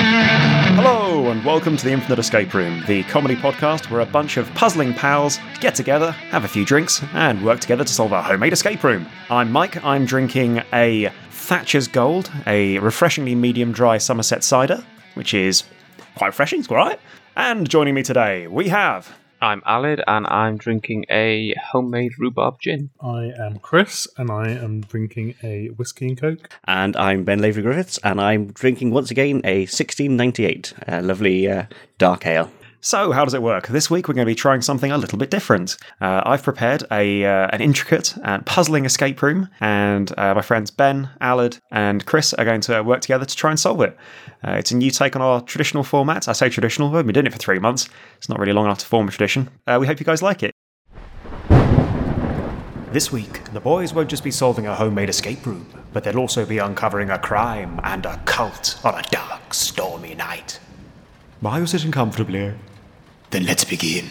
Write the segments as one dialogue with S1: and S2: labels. S1: Hello, and welcome to the Infinite Escape Room, the comedy podcast where a bunch of puzzling pals get together, have a few drinks, and work together to solve a homemade escape room. I'm Mike, I'm drinking a Thatcher's Gold, a refreshingly medium dry Somerset cider, which is quite refreshing, it's alright. And joining me today, we have
S2: I'm Alid, and I'm drinking a homemade rhubarb gin.
S3: I am Chris, and I am drinking a whiskey and coke.
S4: And I'm Ben Lavery Griffiths, and I'm drinking once again a 1698, a lovely uh, dark ale.
S1: So, how does it work? This week we're going to be trying something a little bit different. Uh, I've prepared a uh, an intricate and puzzling escape room, and uh, my friends Ben, Allard, and Chris are going to work together to try and solve it. Uh, it's a new take on our traditional format. I say traditional, we've been doing it for three months. It's not really long enough to form a tradition. Uh, we hope you guys like it. This week, the boys won't just be solving a homemade escape room, but they'll also be uncovering a crime and a cult on a dark, stormy night. Why you sitting comfortably?
S5: Then let's begin.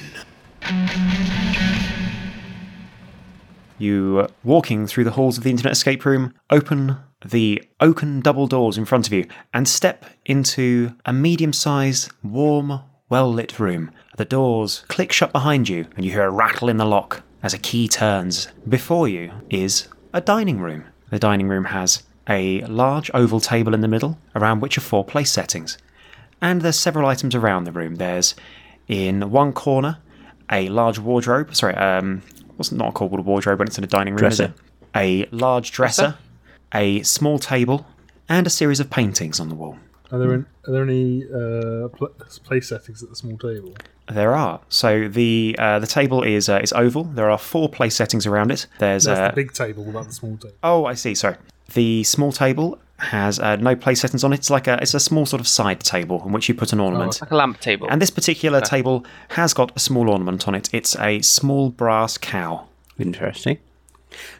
S1: You, uh, walking through the halls of the internet escape room, open the oaken double doors in front of you and step into a medium sized, warm, well lit room. The doors click shut behind you, and you hear a rattle in the lock as a key turns. Before you is a dining room. The dining room has a large oval table in the middle, around which are four place settings and there's several items around the room. There's in one corner a large wardrobe. Sorry, um, what's not called a wardrobe when it's in a dining room? is
S4: Dresser.
S1: it? A large dresser, a small table, and a series of paintings on the wall.
S3: Are there an, are there any uh, pl- place settings at the small table?
S1: There are so the uh, the table is uh, is oval. There are four place settings around it. There's
S3: That's
S1: uh,
S3: the big table, not the small table.
S1: Oh, I see. Sorry. The small table has uh, no place settings on it. It's like a it's a small sort of side table on which you put an ornament.
S3: okay.
S2: Like a lamp table.
S1: And this particular table has got a small ornament on it. It's a small brass cow.
S4: Interesting.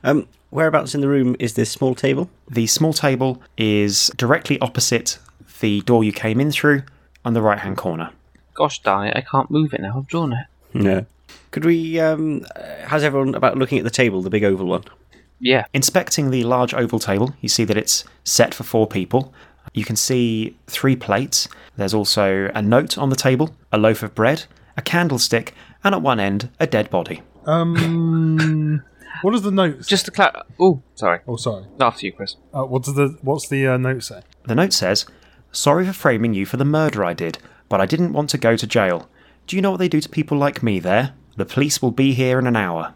S4: Um, whereabouts in the room is this small table?
S1: The small table is directly opposite the door you came in through on the right hand corner.
S2: Gosh darn it, I can't move it now. I've drawn it.
S4: No. Could we? Um, uh, how's everyone about looking at the table, the big oval one?
S2: Yeah.
S1: Inspecting the large oval table, you see that it's set for four people. You can see three plates. There's also a note on the table, a loaf of bread, a candlestick, and at one end, a dead body.
S3: Um, what does the note?
S2: Just to clar Oh, sorry.
S3: oh, sorry.
S2: Not after you, Chris.
S3: Uh, what does the what's the uh, note say?
S1: The note says, Sorry for framing you for the murder I did, but I didn't want to go to jail. Do you know what they do to people like me there? The police will be here in an hour.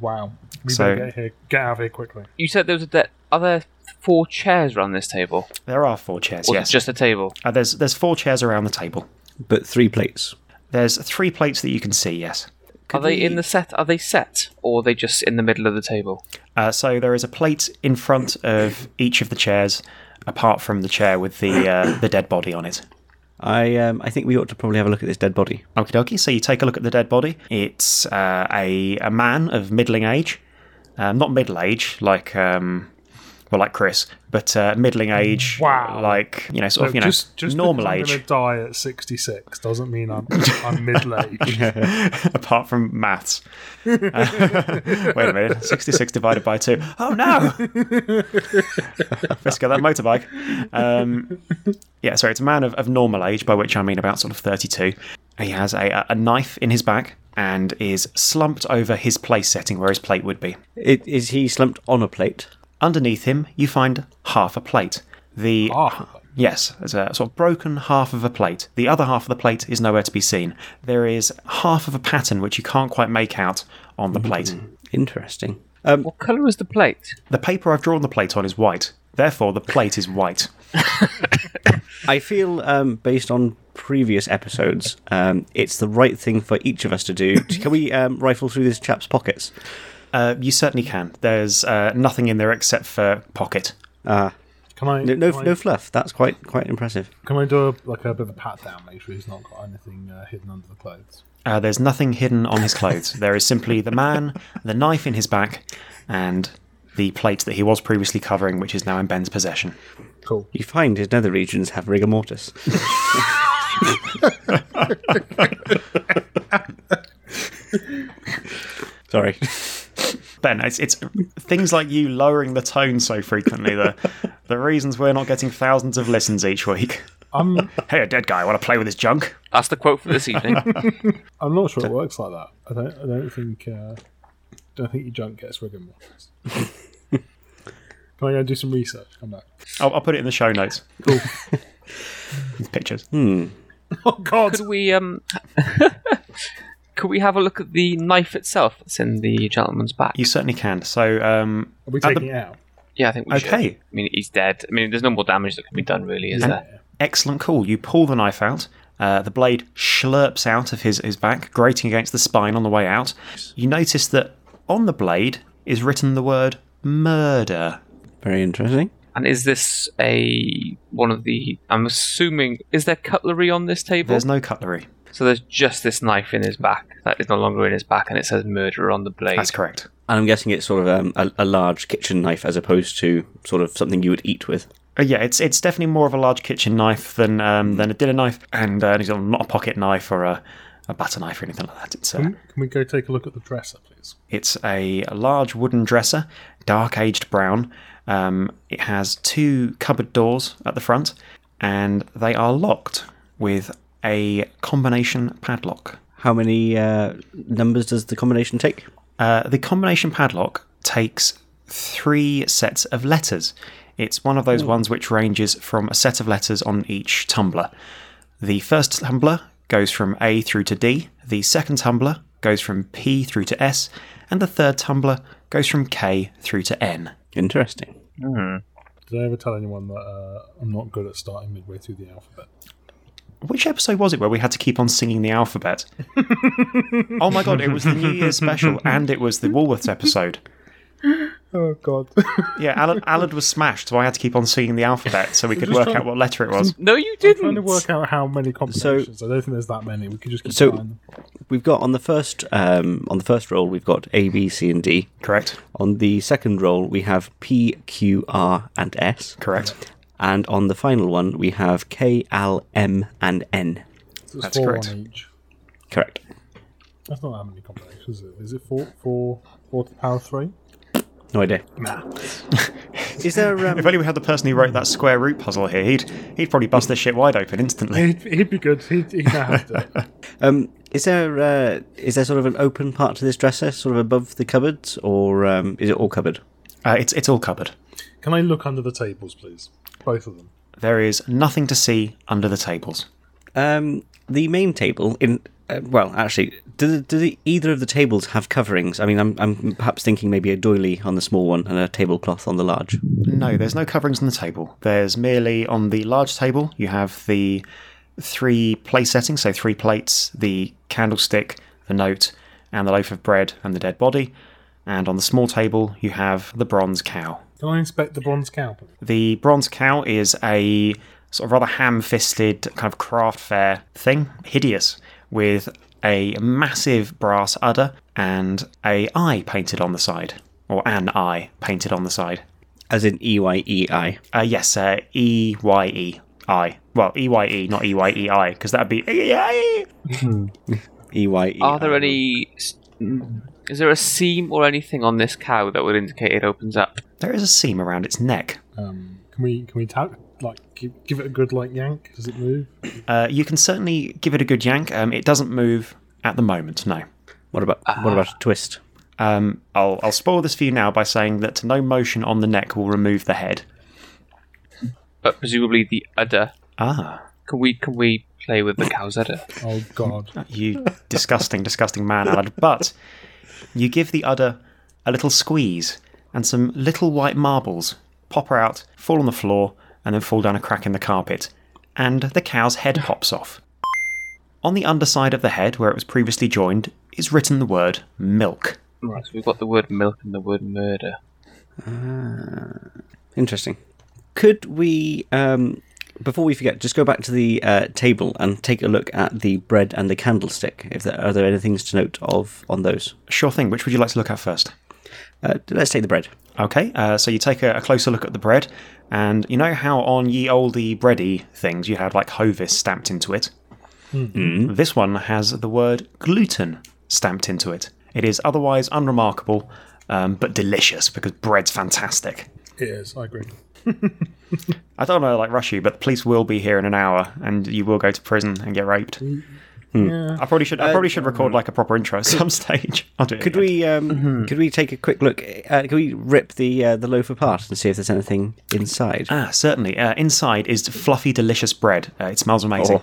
S3: Wow. We
S1: So-
S3: better get here. Get out of here quickly.
S2: You said there was a de- are there four chairs around this table,
S1: There are four chairs,
S2: or is it
S1: yes.
S2: just a table?
S1: Uh, there's, there's four chairs around the table.
S4: But three plates.
S1: There's three plates that you can see, yes.
S2: are they in the set? Are they set, or are they just in the middle of the table?
S1: Uh, so there is a plate in front of each of the chairs, apart from the chair with the, uh, the dead body on it.
S4: I um, I think we ought to probably have a look at this dead body.
S1: Okie dokie. So you take a look at the dead body. It's uh, a a man of middling age, um, not middle age like um, well like Chris, but uh, middling age.
S3: Wow.
S1: Like you know, sort of you know,
S3: just just
S1: normal
S3: because I'm
S1: age.
S3: gonna die at sixty six doesn't mean I'm I'm middle aged.
S1: apart from maths. Uh, wait a minute, sixty-six divided by two. Oh no! Let's get that motorbike. Um, yeah, sorry, it's a man of, of normal age, by which I mean about sort of thirty-two. He has a, a knife in his back and is slumped over his place setting where his plate would be.
S4: It, is he slumped on a plate?
S1: Underneath him, you find half a plate. The
S3: Ah,
S1: Yes, there's a sort of broken half of a plate. The other half of the plate is nowhere to be seen. There is half of a pattern which you can't quite make out on the plate.
S4: Interesting. Um,
S2: What colour is the plate?
S1: The paper I've drawn the plate on is white. Therefore, the plate is white.
S4: I feel, um, based on previous episodes, um, it's the right thing for each of us to do. Can we um, rifle through this chap's pockets?
S1: Uh, you certainly can. There's uh, nothing in there except for pocket.
S3: can I
S4: No, no,
S3: can I-
S4: no fluff. That's quite quite impressive.
S3: Can I do a, like a bit of a pat down? Make sure he's not got anything uh, hidden under the clothes.
S1: Uh, there's nothing hidden on his clothes. there is simply the man, the knife in his back, and the plate that he was previously covering, which is now in Ben's possession.
S3: Cool.
S4: You find his nether regions have rigor mortis. Sorry.
S1: Ben, it's, it's things like you lowering the tone so frequently the the reasons we're not getting thousands of listens each week.
S3: I'm
S1: Hey, a dead guy, want to play with his junk?
S2: That's the quote for this evening.
S3: I'm not sure it works like that. I don't I don't think uh, don't think your junk gets rigmarole. Can I go and do some research? Come back.
S1: I'll, I'll put it in the show notes. Cool. Pictures.
S3: Oh God!
S2: could we um could we have a look at the knife itself that's in the gentleman's back?
S1: You certainly can. So, um,
S3: Are we
S1: At the-
S3: taking it out?
S2: Yeah, I think we should.
S1: Okay.
S2: I mean, he's dead. I mean, there's no more damage that can be done, really, is there?
S1: excellent call. You pull the knife out. Uh, the blade slurps out of his, his back, grating against the spine on the way out. You notice that on the blade is written the word murder.
S4: Very interesting.
S2: And is this a one of the? I'm assuming is there cutlery on this table?
S1: There's no cutlery.
S2: so there's just this knife in his back that is no longer in his back, and it says murderer on the blade.
S1: That's correct.
S4: And I'm guessing it's sort of um, a, a large kitchen knife as opposed to sort of something you would eat with.
S1: Uh, yeah, it's it's definitely more of a large kitchen knife than um, than a dinner knife, and uh, it's not a pocket knife or a, a butter knife or anything like that. It's a,
S3: Can we go take a look at the dresser, please?
S1: It's a large wooden dresser, dark aged brown. Um, it has two cupboard doors at the front, and they are locked with a combination padlock.
S4: How many uh, numbers does the combination take?
S1: Uh, the combination padlock takes three sets of letters. It's one of those ones which ranges from a set of letters on each tumbler. The first tumbler goes from A through to D, the second tumbler goes from P through to S, and the third tumbler goes from K through to N.
S4: Interesting.
S3: Did I ever tell anyone that uh, I'm not good at starting midway through the alphabet?
S1: Which episode was it where we had to keep on singing the alphabet? oh my god, it was the New Year's special and it was the Woolworths episode.
S3: Oh God!
S1: Yeah, Allard, Allard was smashed, so I had to keep on singing the alphabet so we could work out what letter it was.
S2: no, you
S3: trying to
S2: didn't.
S3: work out how many combinations. I don't think there's that many. We could just keep
S4: So-
S3: trying.
S4: We've got on the first um, on the first roll we've got A, B, C, and D.
S1: Correct?
S4: On the second roll we have P, Q, R, and S.
S1: Correct.
S4: And on the final one we have K, L, M, and N.
S3: So it's
S1: That's
S3: four
S1: correct.
S3: on each.
S4: Correct.
S3: That's not that many combinations. Is it, is it four, four, four to the power three?
S4: No idea. Is there? Um,
S1: If only we had the person who wrote that square root puzzle here, he'd he'd probably bust this shit wide open instantly.
S3: He'd, he'd be good. He'd, he'd know how to do it.
S4: Um, is there uh, is there sort of an open part to this dresser, sort of above the cupboards, or um, is it all cupboard?
S1: Uh, it's it's all covered.
S3: Can I look under the tables, please? Both of them.
S1: There is nothing to see under the tables.
S4: Um, the main table in uh, well, actually, do, the- do the, either of the tables have coverings? I mean, I'm, I'm perhaps thinking maybe a doily on the small one and a tablecloth on the large.
S1: No, there's no coverings on the table. There's merely on the large table, you have the three place settings, so three plates, the candlestick, the note, and the loaf of bread and the dead body. And on the small table, you have the bronze cow.
S3: Can I inspect the bronze cow? please?
S1: The bronze cow is a sort of rather ham fisted kind of craft fair thing, hideous, with a massive brass udder and a eye painted on the side, or an eye painted on the side.
S4: As in E Y E I.
S1: Uh, yes, uh, E Y E I. Well, E Y E, not E Y E I, because that'd be E-Y-E.
S4: E Y E.
S2: Are there any? mm, Is there a seam or anything on this cow that would indicate it opens up?
S1: There is a seam around its neck.
S3: Um, can we can we tap like give, give it a good like yank? Does it move?
S1: Uh, you can certainly give it a good yank. Um, it doesn't move at the moment. No.
S4: What about what about a twist?
S1: Um, I'll I'll spoil this for you now by saying that no motion on the neck will remove the head.
S2: But presumably the udder.
S1: Ah,
S2: Can we can we play with the cow's udder?
S3: Oh God!
S1: you disgusting, disgusting man, Allard. But you give the udder a little squeeze, and some little white marbles pop out, fall on the floor, and then fall down a crack in the carpet, and the cow's head pops off. On the underside of the head, where it was previously joined, is written the word milk.
S2: Right, so we've got the word milk and the word murder.
S4: Interesting. Could we, um, before we forget, just go back to the uh, table and take a look at the bread and the candlestick? If there are there any things to note of on those?
S1: Sure thing. Which would you like to look at first?
S4: Uh, let's take the bread.
S1: Okay, uh, so you take a, a closer look at the bread, and you know how on ye olde bready things you had like Hovis
S4: Hmm.
S1: stamped into it? This one has the word gluten stamped into it. It is otherwise unremarkable, um, but delicious because bread's fantastic.
S3: It is. I agree.
S1: I don't know, like rush you, but the police will be here in an hour, and you will go to prison and get raped.
S4: Hmm.
S1: I probably should. I probably should record like a proper intro at some stage. I'll do it.
S4: Could
S1: again.
S4: we um, could we take a quick look? Uh, could we rip the uh, the loaf apart and see if there's anything inside?
S1: Ah, certainly. Uh, inside is fluffy, delicious bread. Uh, it smells amazing.
S4: Or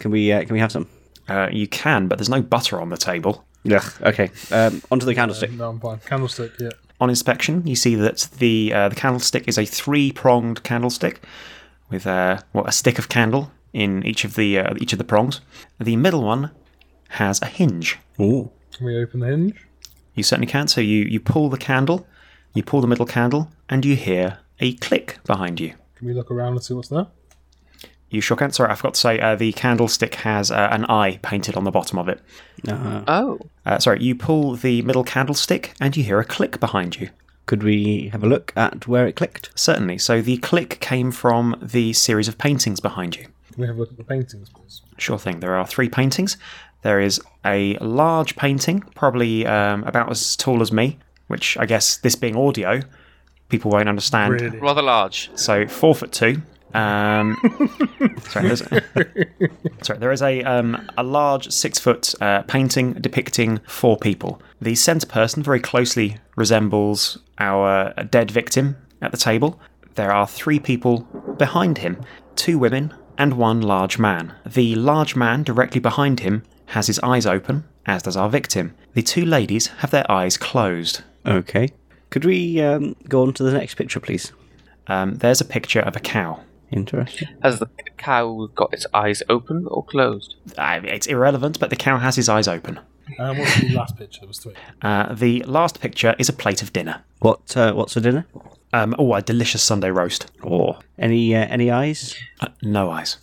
S4: can we uh, can we have some?
S1: Uh, you can, but there's no butter on the table.
S4: Yeah. Okay. Um, onto the candlestick.
S3: No, I'm fine. Candlestick, yeah.
S1: On inspection, you see that the uh, the candlestick is a three pronged candlestick with uh, well, a stick of candle in each of the uh, each of the prongs. The middle one has a hinge.
S4: Ooh.
S3: Can we open the hinge?
S1: You certainly can. So you you pull the candle, you pull the middle candle, and you hear a click behind you.
S3: Can we look around and see what's there?
S1: You sure can. Sorry, I forgot to say uh, the candlestick has uh, an eye painted on the bottom of it.
S2: Oh,
S1: Uh, sorry, you pull the middle candlestick and you hear a click behind you.
S4: Could we have a look at where it clicked?
S1: Certainly. So the click came from the series of paintings behind you.
S3: Can we have a look at the paintings, please?
S1: Sure thing. There are three paintings. There is a large painting, probably um, about as tall as me, which I guess this being audio, people won't understand.
S3: Really?
S2: rather large.
S1: So four foot two. Um, sorry, there's, sorry, there is a um, a large six foot uh, painting depicting four people. The centre person very closely resembles our dead victim at the table. There are three people behind him, two women and one large man. The large man directly behind him has his eyes open, as does our victim. The two ladies have their eyes closed.
S4: Okay. Could we um, go on to the next picture, please?
S1: Um, there's a picture of a cow.
S4: Interesting.
S2: Has the cow got its eyes open or closed?
S1: I mean, it's irrelevant, but the cow has his eyes open.
S3: And what's the last picture? There was three.
S1: Uh, the last picture is a plate of dinner.
S4: What uh, What's for dinner?
S1: Um, oh, a delicious Sunday roast.
S4: Or any uh, any eyes?
S1: Uh, no eyes.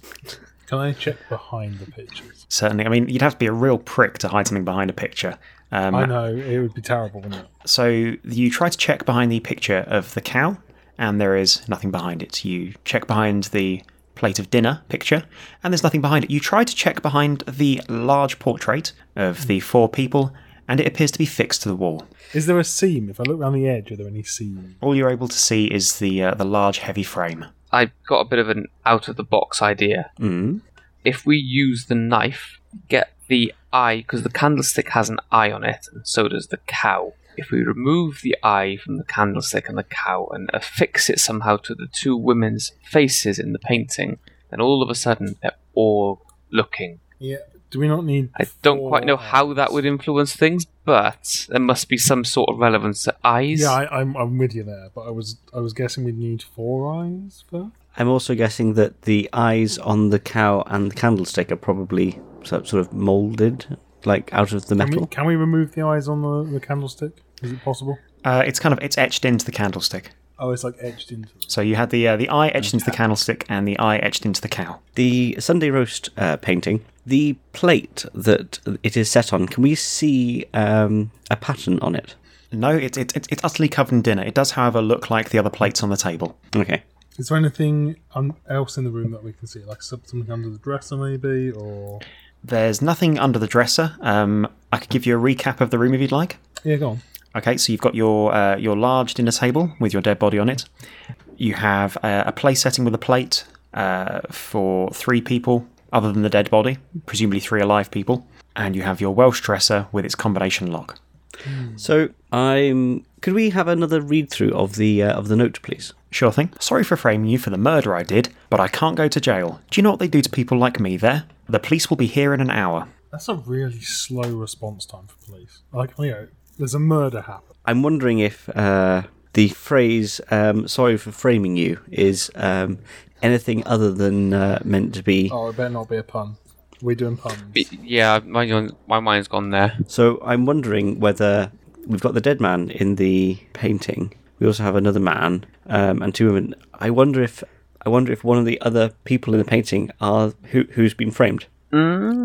S3: Can I check behind the pictures?
S1: Certainly. I mean, you'd have to be a real prick to hide something behind a picture. Um,
S3: I know it would be terrible, wouldn't it?
S1: so you try to check behind the picture of the cow, and there is nothing behind it. You check behind the plate of dinner picture, and there's nothing behind it. You try to check behind the large portrait of the four people, and it appears to be fixed to the wall.
S3: Is there a seam? If I look around the edge, are there any seams?
S1: All you're able to see is the uh, the large, heavy frame.
S2: I got a bit of an out of the box idea.
S4: Mm.
S2: If we use the knife, get the eye, because the candlestick has an eye on it, and so does the cow. If we remove the eye from the candlestick and the cow and affix it somehow to the two women's faces in the painting, then all of a sudden they're all looking.
S3: Yeah. Do we not need?
S2: I don't
S3: four
S2: quite know how
S3: eyes?
S2: that would influence things, but there must be some sort of relevance to eyes.
S3: Yeah, I, I'm I'm with you there, but I was I was guessing we'd need four eyes for that.
S4: I'm also guessing that the eyes on the cow and the candlestick are probably so- sort of molded, like out of the
S3: Can we,
S4: metal.
S3: can we remove the eyes on the, the candlestick? Is it possible?
S1: Uh, it's kind of it's etched into the candlestick.
S3: Oh, it's like edged into. Them.
S1: So you had the uh, the eye etched into the candlestick and the eye etched into the cow.
S4: The Sunday roast uh, painting, the plate that it is set on, can we see um, a pattern on it?
S1: No, it's it's it's it's utterly covered in dinner. It does, however, look like the other plates on the table.
S4: Okay.
S3: Is there anything un- else in the room that we can see, like some- something under the dresser maybe, or
S1: There's nothing under the dresser. Um, I could give you a recap of the room if you'd like.
S3: yeah, go on.
S1: Okay, so you've got your uh, your large dinner table with your dead body on it. You have uh, a place setting with a plate uh, for three people, other than the dead body, presumably three alive people, and you have your Welsh dresser with its combination lock.
S4: So I'm. Could we have another read through of the uh, of the note, please?
S1: Sure thing. Sorry for framing you for the murder I did, but I can't go to jail. Do you know what they do to people like me there? The police will be here in an hour.
S3: That's a really slow response time for police. Like you know, there's a murder happened.
S4: I'm wondering if uh, the phrase um, "sorry for framing you" is um, anything other than uh, meant to be.
S3: Oh, it better not be a pun. We're doing puns.
S2: Y- Yeah, my, my mind's gone there.
S4: So I'm wondering whether we've got the dead man in the painting. We also have another man um, and two women. I wonder if I wonder if one of the other people in the painting are who who's been framed,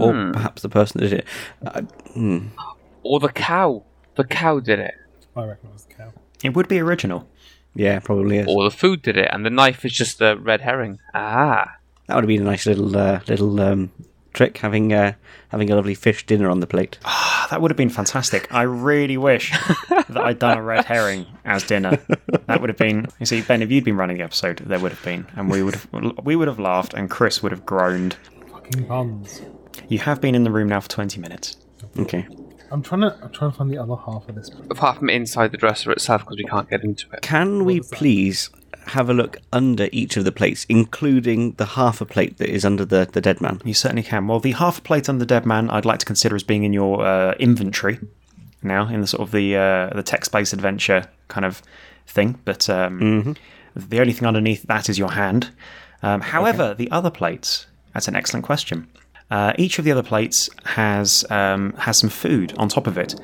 S4: or perhaps the person that did it. Uh, hmm.
S2: Or the cow. The cow did it.
S3: I recognise the cow.
S1: It would be original.
S4: yeah, probably is.
S2: Or the food did it, and the knife is just a red herring. Ah.
S4: That would have been a nice little uh, little um, trick, having uh, having a lovely fish dinner on the plate.
S1: Ah, that would have been fantastic. I really wish that I'd done a red herring as dinner. That would have been. You see, Ben, if you'd been running the episode, there would have been, and we would have we would have laughed, and Chris would have groaned.
S3: Fucking buns.
S1: You have been in the room now for twenty minutes.
S4: Okay.
S3: I'm trying to. I'm trying to find the other half of this.
S2: Apart from inside the dresser itself, because we can't get into it.
S4: Can we please have a look under each of the plates, including the half a plate that is under the, the dead man?
S1: You certainly can. Well, the half plate under Dead Man, I'd like to consider as being in your uh, inventory now, in the sort of the uh, the text-based adventure kind of thing. But um, the only thing underneath that is your hand. Um, however, the other plates. That's an excellent question. Uh, each of the other plates has um, has some food on top of it,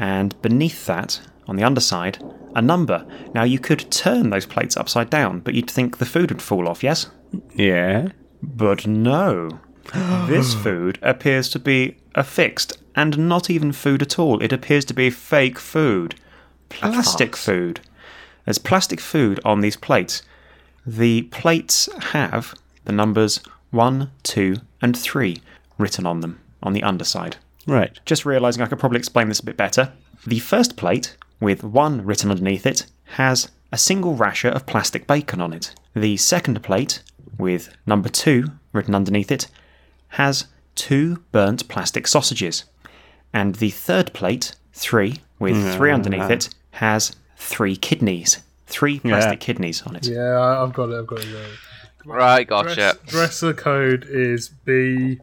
S1: and beneath that, on the underside, a number. Now you could turn those plates upside down, but you'd think the food would fall off. Yes.
S4: Yeah.
S1: But no. this food appears to be affixed and not even food at all. It appears to be fake food. Plastic food. There's plastic food on these plates. The plates have the numbers 1, 2, and 3 written on them on the underside
S4: Right.
S1: just realizing I could probably explain this a bit better. The first plate, with one written underneath it, has a single rasher of plastic bacon on it. The second plate, with number two written underneath it, has two burnt plastic sausages. And the third plate, three, with three underneath it, has three kidneys. Three plastic kidneys on it.
S3: Yeah, I- I've got it. I've got it. I've got it.
S2: Right, gotcha.
S3: Dress, dresser code is B,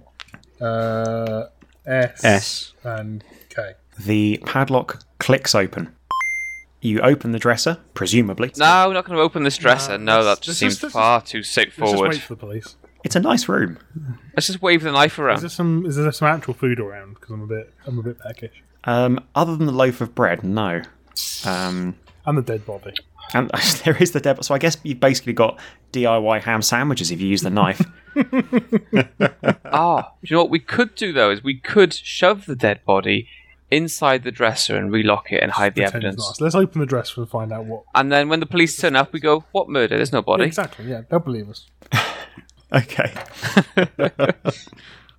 S3: uh, S,
S4: S.
S3: and K.
S1: The padlock clicks open. You open the dresser, presumably.
S2: No, we're not going to open this dresser.
S3: No,
S2: No,
S3: let's-
S2: that just
S3: let's
S2: seems
S3: just- let's
S2: far too
S3: Let's
S2: straightforward.
S3: just
S2: Let's
S3: wait
S2: just,
S3: for the police.
S1: It's a nice room.
S2: wave the knife
S3: Is
S2: around.
S3: there some? Is there some actual food around? Because I'm a bit. I'm a bit peckish.
S1: Um, other than the loaf of bread, no. Um,
S3: And the dead body.
S1: and there is the deb. So I guess you've basically got DIY ham sandwiches if you use the knife.
S2: Ah, do you know what we could do though? Is we could shove the dead body inside the dresser and relock it and hide the
S3: Pretend it's not
S2: evidence.
S3: us. Let's open the dresser and find out what.
S2: And then when the police turn up, we go, "What murder? There's no body."
S3: Exactly. Yeah, they'll believe us.
S1: okay.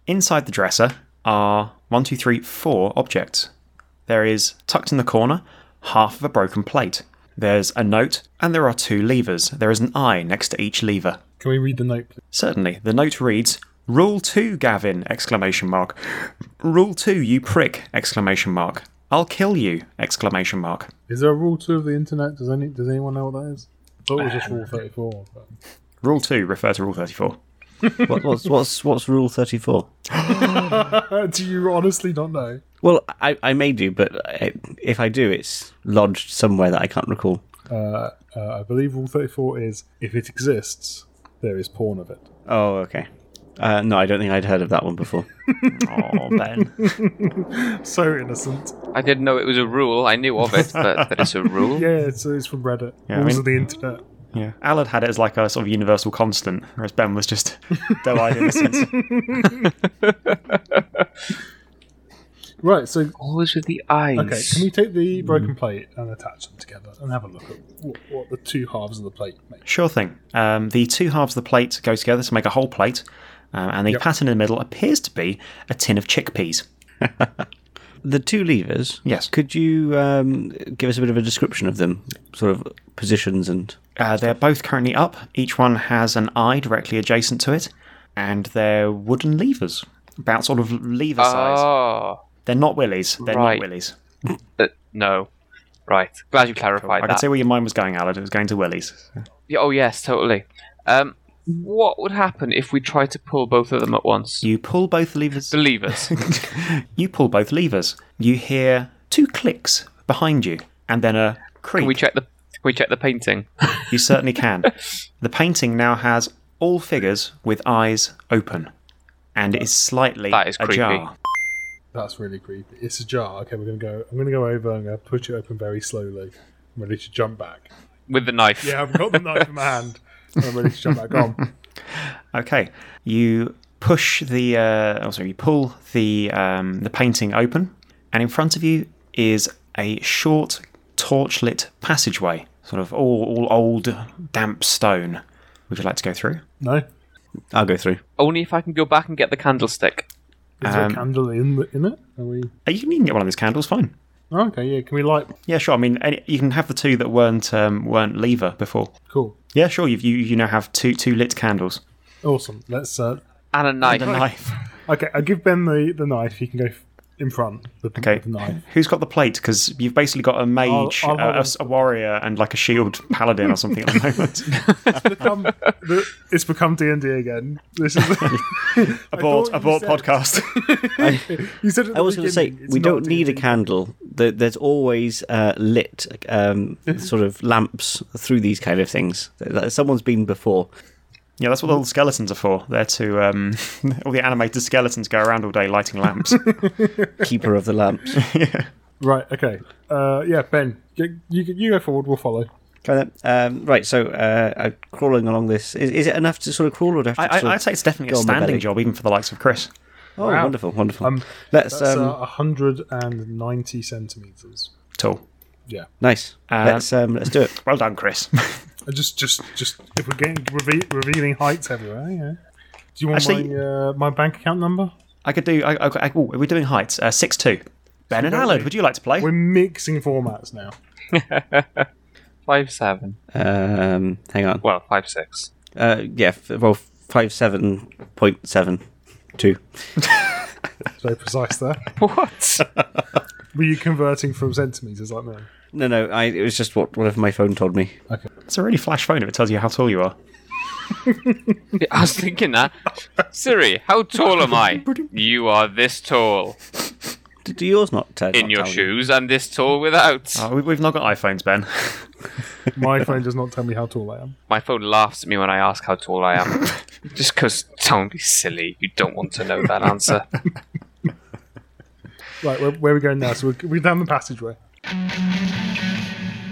S1: Inside the dresser are one, two, three, four objects. There is, tucked in the corner, half of a broken plate. There's a note, and there are two levers. There is an eye next to each lever.
S3: Can we read the note, please?
S1: Certainly. The note reads, Rule 2, Gavin! Exclamation mark. Rule 2, you prick! Exclamation mark. I'll kill you! Exclamation mark.
S3: Is there a rule two of the internet? Does any Does anyone know what that is? I thought it was just rule thirty four.
S1: Rule 2, refer to Rule 34.
S4: What, what's what's what's rule thirty four?
S3: Do you honestly not know?
S4: Well, I, I may do, but I, if I do, it's lodged somewhere that I can't recall.
S3: Uh, uh, I believe rule thirty four is if it exists, there is porn of it.
S4: Oh, okay. Uh, no, I don't think I'd heard of that one before.
S1: Oh, Ben.
S3: So innocent.
S2: I didn't know it was a rule. I knew of it, but that it's a rule.
S3: Yeah, it's, it's from Reddit.
S1: Yeah, I
S3: Rules
S1: mean-
S3: of the internet.
S1: yeah. Alan had it as like a sort of universal constant, whereas Ben was just doe eyed innocence.
S3: Right. So
S2: Always with the eyes.
S3: Okay, can we take the
S1: Mm.
S3: broken plate and attach them together and have a look at what, what the two halves of the plate make?
S1: Sure thing. Um, the two halves of the plate go together to make a whole plate, um, and the pattern in the middle appears to be a tin of chickpeas.
S4: the two levers.
S1: Yes.
S4: Could you um, give us a bit of a description of them, sort of positions and?
S1: Uh, they're both currently up. Each one has an eye directly adjacent to it, and they're wooden levers, about sort of lever size.
S2: Ah,
S1: They're not willies. They're
S2: Right.
S1: not willies.
S2: uh, no. Right. Glad you clarified
S1: I
S2: that.
S1: could see where your mind was going, Alan. It was going to willies.
S2: Yeah, Oh yes, totally. Um, what would happen if we tried to pull both of them at once?
S1: You pull both levers.
S2: The levers.
S1: You pull both levers. You hear two clicks behind you, and then a creak.
S2: Can we check the? Can we check the painting?
S1: You certainly can. the painting now has all figures with eyes open, and is slightly
S2: That is creepy.
S1: ajar.
S3: That's really creepy. It's a jar. Okay, we're gonna go. I'm gonna go over and I'm gonna push it open very slowly. I'm ready to jump back.
S2: With the knife.
S3: Yeah, I've got the knife in my hand. and I'm ready to jump back on.
S1: Okay, you push the, uh, oh sorry, you pull the um, the painting open, and in front of you is a short, torch-lit passageway, sort of all all old, damp stone. Would you like to go through?
S3: No,
S4: I'll go through.
S2: Only if I can go back and get the candlestick.
S3: Is there
S1: Um,
S3: a candle in the, in it? Are we?
S1: Uh, You can, you can get one of these candles, fine.
S3: Oh, okay, yeah. Can we light?
S1: Yeah, sure. I mean, any, you can have the two that weren't um, weren't lever before.
S3: Cool,
S1: Yeah, sure. You've, you you now have two two lit candles
S3: awesome. Let's. Uh,
S2: And a knife.
S1: and a knife.
S3: okay, I'll give Ben the, the knife. He can go f- in front. With the,
S1: Okay,
S3: with the knife.
S1: who's got the plate? Because you've basically got a mage,
S3: I'll- I'll
S1: uh,
S3: hold
S1: a, s- a warrior, and like a shield paladin or something at the moment.
S3: Become, the, it's become D and D again. This is
S1: abort,
S3: thought you
S1: abort
S3: said-
S1: podcast.
S3: you said. At the
S4: I was going to say
S3: beginning, it's
S4: we
S3: not
S4: don't need a
S3: D&D.
S4: candle. There- There's always uh, lit um, sort of lamps through these kind of things. That- Someone's been before.
S1: yeah, that's what all the skeletons are for. They're to um, all the animated skeletons go around all day lighting lamps.
S4: Keeper of the lamps.
S3: Right. Okay. Uh, yeah, Ben, get, you you go forward. We'll follow.
S4: Come on then. Um, right, so uh, I'm crawling along this. Is, is it enough to sort of crawl, or do I have to
S1: I,
S4: sort
S1: I,
S4: of
S1: I'd say it's definitely
S4: go
S1: a
S4: on my
S1: standing
S4: belly?
S1: job, even for the likes of Chris.
S4: Oh,
S3: Wow.
S4: wonderful, wonderful.
S3: Um,
S4: Let's
S3: That's
S4: um,
S3: uh, hundred and ninety centimeters.
S1: Tall.
S3: Yeah.
S4: nice.
S1: uh,
S4: let's um, let's do it.
S1: Well done, Chris.
S3: I Uh, Just, just, just. If we're getting reve- revealing heights everywhere, yeah. Do you want
S1: Actually-
S3: my uh, my bank account number?
S1: I could do. I, I, I, ooh, are we doing heights? Uh, six two. Ben and
S3: don't
S1: Alan,
S3: we-
S1: would you like to play?
S3: We're mixing formats now.
S2: Five seven.
S4: Um, hang on.
S2: Well, five six.
S4: Uh, yeah, f- well, five seven point seven two.
S3: Very precise there.
S2: What?
S3: Were you converting from centimeters like me?
S4: No, no, I, it was just what whatever my phone told me.
S1: It's a really flash phone if it tells you how tall you are.
S2: Yeah, I was thinking that. Siri, how tall am I? You are this tall
S4: Do, do yours not? Uh,
S2: in
S4: not
S2: your
S4: tell you?
S2: shoes. I'm this tall without.
S1: Uh, we, we've not got iPhones, Ben.
S3: My phone does not tell me how tall I am.
S2: My phone laughs at me when I ask how tall I am. Just because, don't be silly. You don't want to know that answer.
S3: Right, where, where are we going now? So we're, we're down the passageway.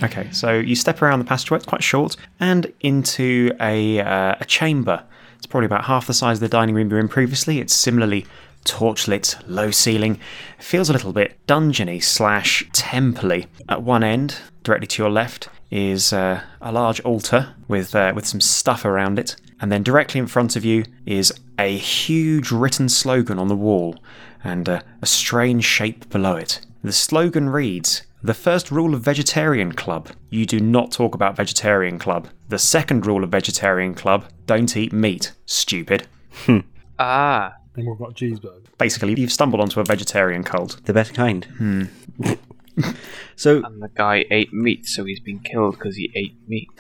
S1: Okay, so you step around the passageway, it's quite short, and into a, uh, a chamber. It's probably about half the size of the dining room you were in previously. It's similarly torchlit, low ceiling. It feels a little bit dungeony slash temple At one end, directly to your left, is uh, a large altar with uh, with some stuff around it, and then directly in front of you is a huge written slogan on the wall, and uh, a strange shape below it. The slogan reads The first rule of Vegetarian Club you do not talk about Vegetarian Club. The second rule of Vegetarian Club don't eat meat, stupid.
S2: Ah,
S3: And we've got cheeseburger.
S1: Basically, you've stumbled onto a vegetarian cult.
S4: The better kind. Hmm. Um, so,
S2: and the guy ate meat, so he's been killed because he ate meat.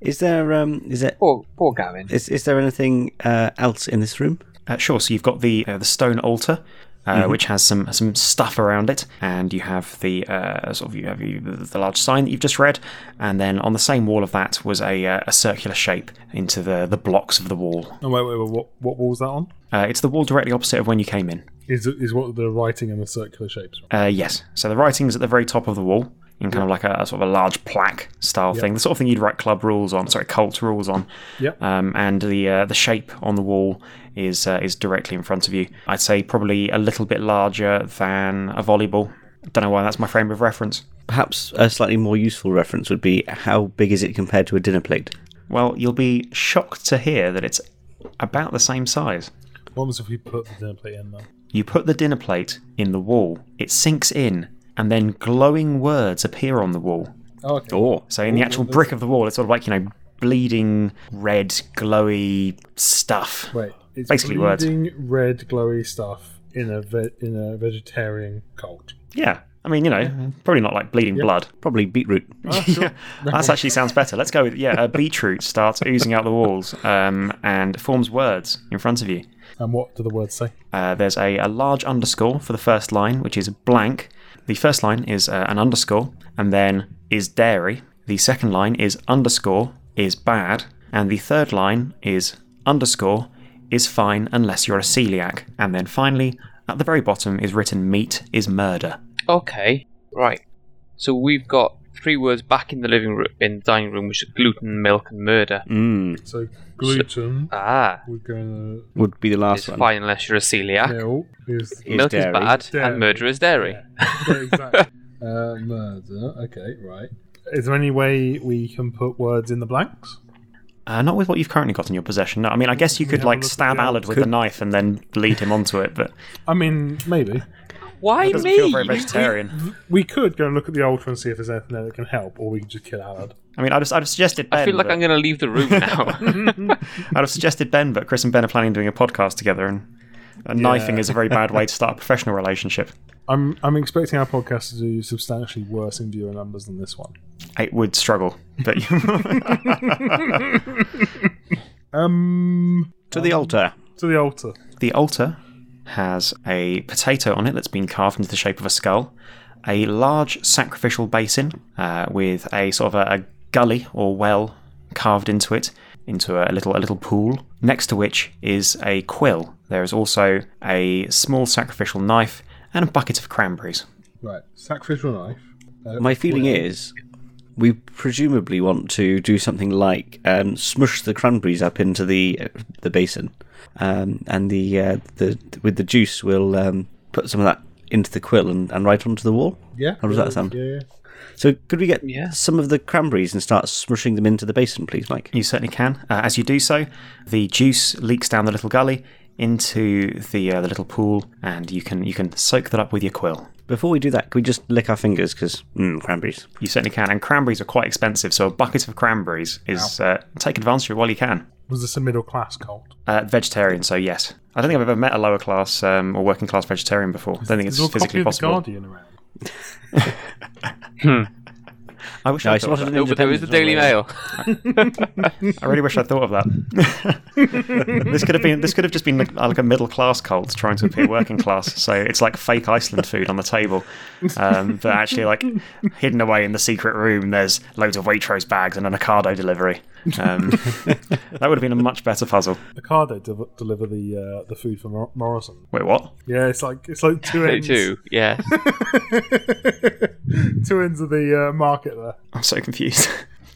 S4: is there um, is there
S2: Poor, poor Gavin.
S4: is, is there anything uh, else in this room?
S1: Uh, sure, so you've got the uh, the stone altar. Uh, Which has some some stuff around it, and you have the uh, sort of you have you, the large sign that you've just read, and then on the same wall of that was a, uh, a circular shape into the the blocks of the wall.
S3: Oh, wait, wait, wait. What, what wall's that on?
S1: Uh, it's the wall directly opposite of when you came in.
S3: Is, is what the writing and the circular shapes are.
S1: Uh, yes. So the writing's at the very top of the wall, in kind of like a, a sort of a large plaque style thing, the sort of thing you'd write club rules on, sorry, cult rules on.
S3: Yep.
S1: Um, and the uh, the shape on the wall is uh, is directly in front of you. I'd say probably a little bit larger than a volleyball. Don't know why that's my frame of reference.
S4: Perhaps a slightly more useful reference would be how big is it compared to a dinner plate?
S1: Well, you'll be shocked to hear that it's about the same size.
S3: What was if we put the dinner plate in there?
S1: You put the dinner plate in the wall, it sinks in, and then glowing words appear on the wall.
S3: Oh, okay.
S4: Or
S1: So in the actual brick of the wall, it's sort of like you know bleeding red, glowy stuff.
S3: Wait, it's
S1: Basically words.
S3: bleeding red glowy stuff in a ve- in a vegetarian cult.
S1: Yeah, I mean you know probably not like bleeding blood.
S4: probably beetroot.
S2: Oh.
S1: yeah, that actually sounds better. Let's go with yeah. A beetroot starts oozing out the walls um, and forms words in front of you.
S3: And what do the words say?
S1: Uh, there's a, a large underscore for the first line, which is blank. The first line is uh, an underscore, and then is dairy. The second line is underscore is bad, and the third line is underscore is fine unless you're a celiac. And then finally, at the very bottom is written meat is murder.
S2: Okay, right. So we've got three words back in the living room, in the dining room, which are gluten, milk, and murder.
S4: Mm,
S3: So gluten.
S2: Ah,
S3: we're gonna
S4: would be the
S2: it's
S4: last one.
S2: fine unless you're a celiac.
S3: kill is
S4: Is
S2: milk
S4: dairy.
S2: is bad,
S3: Dairy.
S2: and murder is dairy.
S3: Yeah, exactly. uh, murder. Okay, right. Is there any way we can put words in the blanks?
S1: Uh, not with what you've currently got in your possession. No, I mean, I guess you could
S3: have a
S1: like
S3: look at
S1: stab
S3: the-
S1: Allard with the knife and then lead him onto it, but
S3: I mean, maybe.
S2: Why
S1: it doesn't
S2: me?
S1: feel very vegetarian.
S3: We could go and look at the altar and see if there's anything there that can help, or we could just kill Allard.
S1: I mean, I'd have, I'd have suggested Ben.
S2: I feel like
S1: but-
S2: I'm going to leave the room now.
S1: I'd have suggested Ben, but Chris and Ben are planning on doing a podcast together, and, and knifing is a very bad way to start a professional relationship.
S3: I'm I'm expecting our podcast to do substantially worse in viewer numbers than this one.
S1: It would struggle, but
S3: Um,
S4: To the altar.
S3: to the altar.
S1: the altar has a potato on it that's been carved into the shape of a skull, a large sacrificial basin uh, with a sort of a, a gully or well carved into it, into a little a little pool. Next to which is a quill. There is also a small sacrificial knife and a bucket of cranberries.
S3: Right, sacrificial knife. Uh,
S4: My feeling is we presumably want to do something like um, smush the cranberries up into the uh, the basin, um, and the uh, the with the juice we'll um, put some of that into the quill and, and right onto the wall.
S3: yeah.
S4: How does that sound?
S3: Yeah, yeah.
S4: So could we get
S2: Yeah.
S4: some of the cranberries and start smushing them into the basin, please, Mike?
S1: You certainly can. Uh, as you do so, the juice leaks down the little gully into the uh, the little pool, and you can you can soak that up with your quill.
S4: Before we do that, can we just lick our fingers because mm, cranberries?
S1: You certainly can. And cranberries are quite expensive, so a bucket of cranberries is uh, take advantage of it while you can.
S3: Was this a middle class cult?
S1: Uh, vegetarian, so yes. I don't think I've ever met a lower class um, or working class vegetarian before. I don't think it's
S3: Is there a copy
S1: physically
S3: of
S1: possible.
S3: The Guardian around.
S1: I wish
S4: No,
S1: I
S4: it's
S1: thought
S4: not
S1: of
S4: an
S1: that.
S2: no, but there is the
S4: independent
S2: Daily
S4: one, really.
S2: Mail.
S1: I really wish I thought of that. this could have been this could have just been like, like a middle class cult trying to appear working class. So it's like fake Iceland food on the table, um, but actually like hidden away in the secret room. There's loads of Waitrose bags and an Ocado delivery. Um, that would have been a much better puzzle.
S3: Ocado de- deliver the uh, the food for Mor- Morrison.
S1: Wait, what?
S3: Yeah, it's like it's like two
S2: They
S3: ends.
S2: do, yeah.
S3: two ends of the uh, market there.
S1: I'm so confused.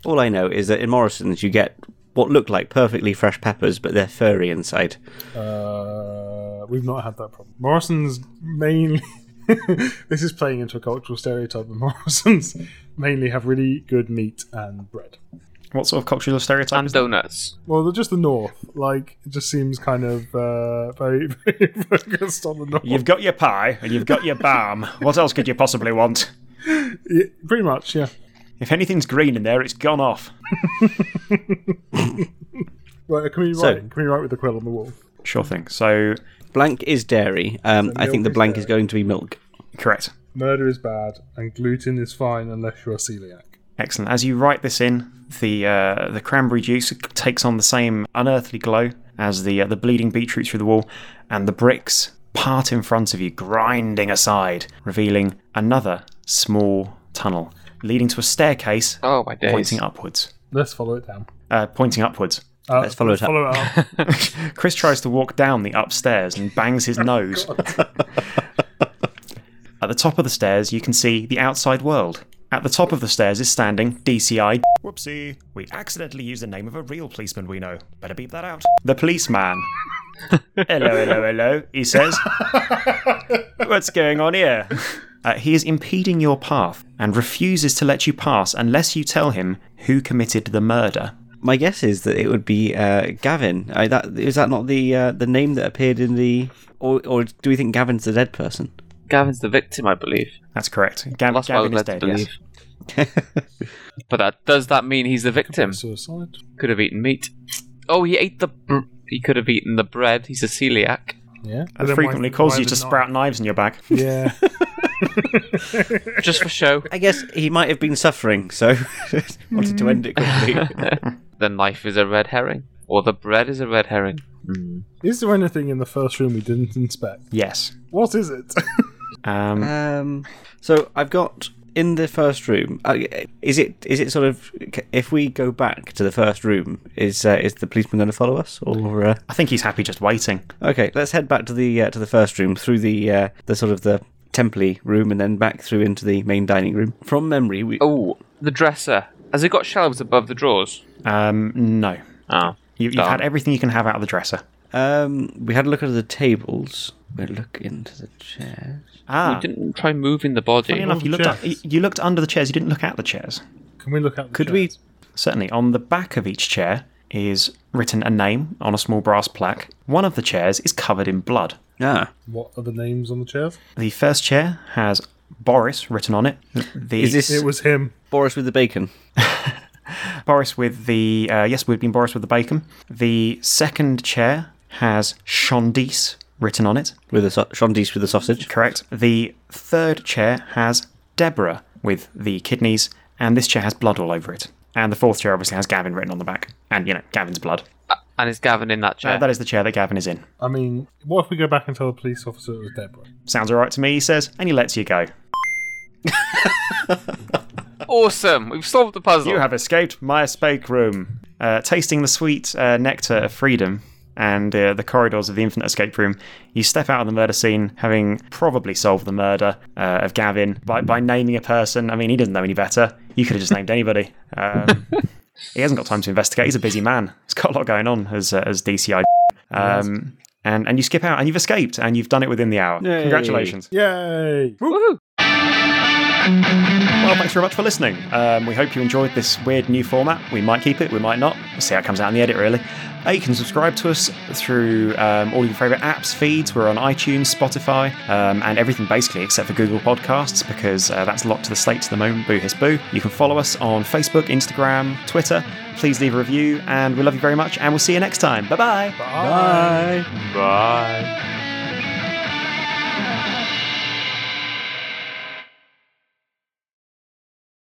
S4: All I know is that in Morrison's you get what look like perfectly fresh peppers, but they're furry inside.
S3: Uh, we've not had that problem. Morrison's mainly. this is playing into a cultural stereotype, but Morrison's mainly have really good meat and bread.
S1: What sort of cultural stereotype?
S2: And
S1: Is that?
S2: donuts.
S3: Well, they're just the North. Like, it just seems kind of uh, very, very focused on the North.
S1: You've got your pie and you've got your balm. What else could you possibly want?
S3: Yeah, pretty much, yeah.
S1: If anything's green in there, it's gone off.
S3: Right, can we
S4: So-
S3: write? Can we write with the quill on the wall?
S1: Sure thing. So
S4: Blank is dairy. Um, I think
S3: milk
S4: the
S3: is
S4: blank
S3: dairy.
S4: is going to be milk.
S1: correct.
S3: Murder is bad, and gluten is fine unless you're a celiac.
S1: Excellent. As you write this in, the uh, the cranberry juice takes on the same unearthly glow as the uh, the bleeding beetroot through the wall, and the bricks part in front of you, grinding aside, revealing another small tunnel leading to a staircase
S2: Oh, my days.
S1: pointing upwards.
S3: Let's follow it down.
S1: Uh, pointing upwards.
S3: Uh,
S4: Let's follow it up.
S3: Follow it up.
S1: Chris tries to walk down the upstairs and bangs his nose. At the top of the stairs, you can see the outside world. At the top of the stairs is standing DCI. Whoopsie. We accidentally used the name of a real policeman we know. Better beep that out. The policeman. hello, hello, hello, he says. What's going on here? Uh, he is impeding your path and refuses to let you pass unless you tell him who committed the murder.
S4: My guess is that it would be uh, Gavin. I, that is that not the uh, the name that appeared in the, or or do we think Gavin's the dead person?
S2: Gavin's the victim, I believe.
S1: That's correct. Gav-
S2: That's
S1: Gavin
S2: what
S1: is
S2: I
S1: dead.
S2: was led to
S1: Yes.
S2: believe. but that does that mean he's the victim?
S3: Suicide.
S2: Could have eaten meat. Oh, he ate the. Br- he could have eaten the bread. He's a celiac.
S3: Yeah.
S1: That frequently calls you to sprout knives in your back.
S3: Yeah.
S2: Just for show.
S4: I guess he might have been suffering, so wanted to end it quickly.
S2: The knife is a red herring. Or the bread is a red herring.
S3: is there anything in the first room we didn't inspect?
S1: Yes.
S3: What is it?
S1: Um,
S4: um, so I've got in the first room. Uh, is it is it sort of if we go back to the first room, is uh, is the policeman going to follow us or? Uh,
S1: I think he's happy just waiting.
S4: Okay, let's head back to the uh, to the first room through the uh, the sort of the templey room, and then back through into the main dining room. From memory, we
S2: Oh, the dresser. Has it got shelves above the drawers?
S1: Um, no.
S2: Ah.
S1: You, you've
S2: Done.
S1: had everything you can have out of the dresser.
S4: um, we had a look at the tables. We look into the chairs.
S1: Ah.
S2: You didn't try moving the body.
S1: Funny enough, you looked, up,
S3: chairs.
S1: you looked under the chairs, you didn't look at the chairs.
S3: Can we look at? The
S4: Could we?
S3: chairs?
S1: Certainly, on the back of each chair is written a name on a small brass plaque. One of the chairs is covered in blood.
S4: Ah.
S3: What are the names on the chairs?
S1: The first chair has Boris written on it. The
S4: Is this
S3: It was him.
S4: Boris with the bacon?
S1: Boris with the uh, yes, we've been Boris with the bacon. The second chair has Shondice written on it.
S4: With a so- Shondice with the sausage.
S1: Correct. The third chair has Deborah with the kidneys, and this chair has blood all over it. And the fourth chair obviously has Gavin written on the back, and you know Gavin's blood.
S2: Uh, And is Gavin in that
S1: Uh,
S2: chair?
S1: that is the chair that Gavin is in.
S3: I mean, what if we go back and tell the police officer it was Deborah?
S1: Sounds all right to me, he says, and he lets you go.
S2: awesome. We've solved the puzzle.
S1: You have escaped my spake room. Uh, tasting the sweet uh, nectar of freedom and uh, the corridors of the infinite escape room, you step out of the murder scene, having probably solved the murder uh, of Gavin by, by naming a person. I mean, he doesn't know any better. You could have just named anybody. Um, he hasn't got time to investigate. He's a busy man. He's got a lot going on as uh, as DCI. Um, and, and you skip out and you've escaped and you've done it within the hour.
S4: Yay.
S1: Congratulations.
S3: Yay!
S2: Woohoo.
S1: Well, thanks very much for listening. Um, we hope you enjoyed this weird new format. We might keep it, we might not. We'll see how it comes out in the edit, really. Uh, you can subscribe to us through um, all your favourite apps, feeds. We're on iTunes, Spotify, um, and everything basically except for Google Podcasts because uh, that's locked to the states at the moment. Boo hiss boo. You can follow us on Facebook, Instagram, Twitter. Please leave a review, and we love you very much, and we'll see you next time. Bye bye.
S4: Bye.
S2: Bye.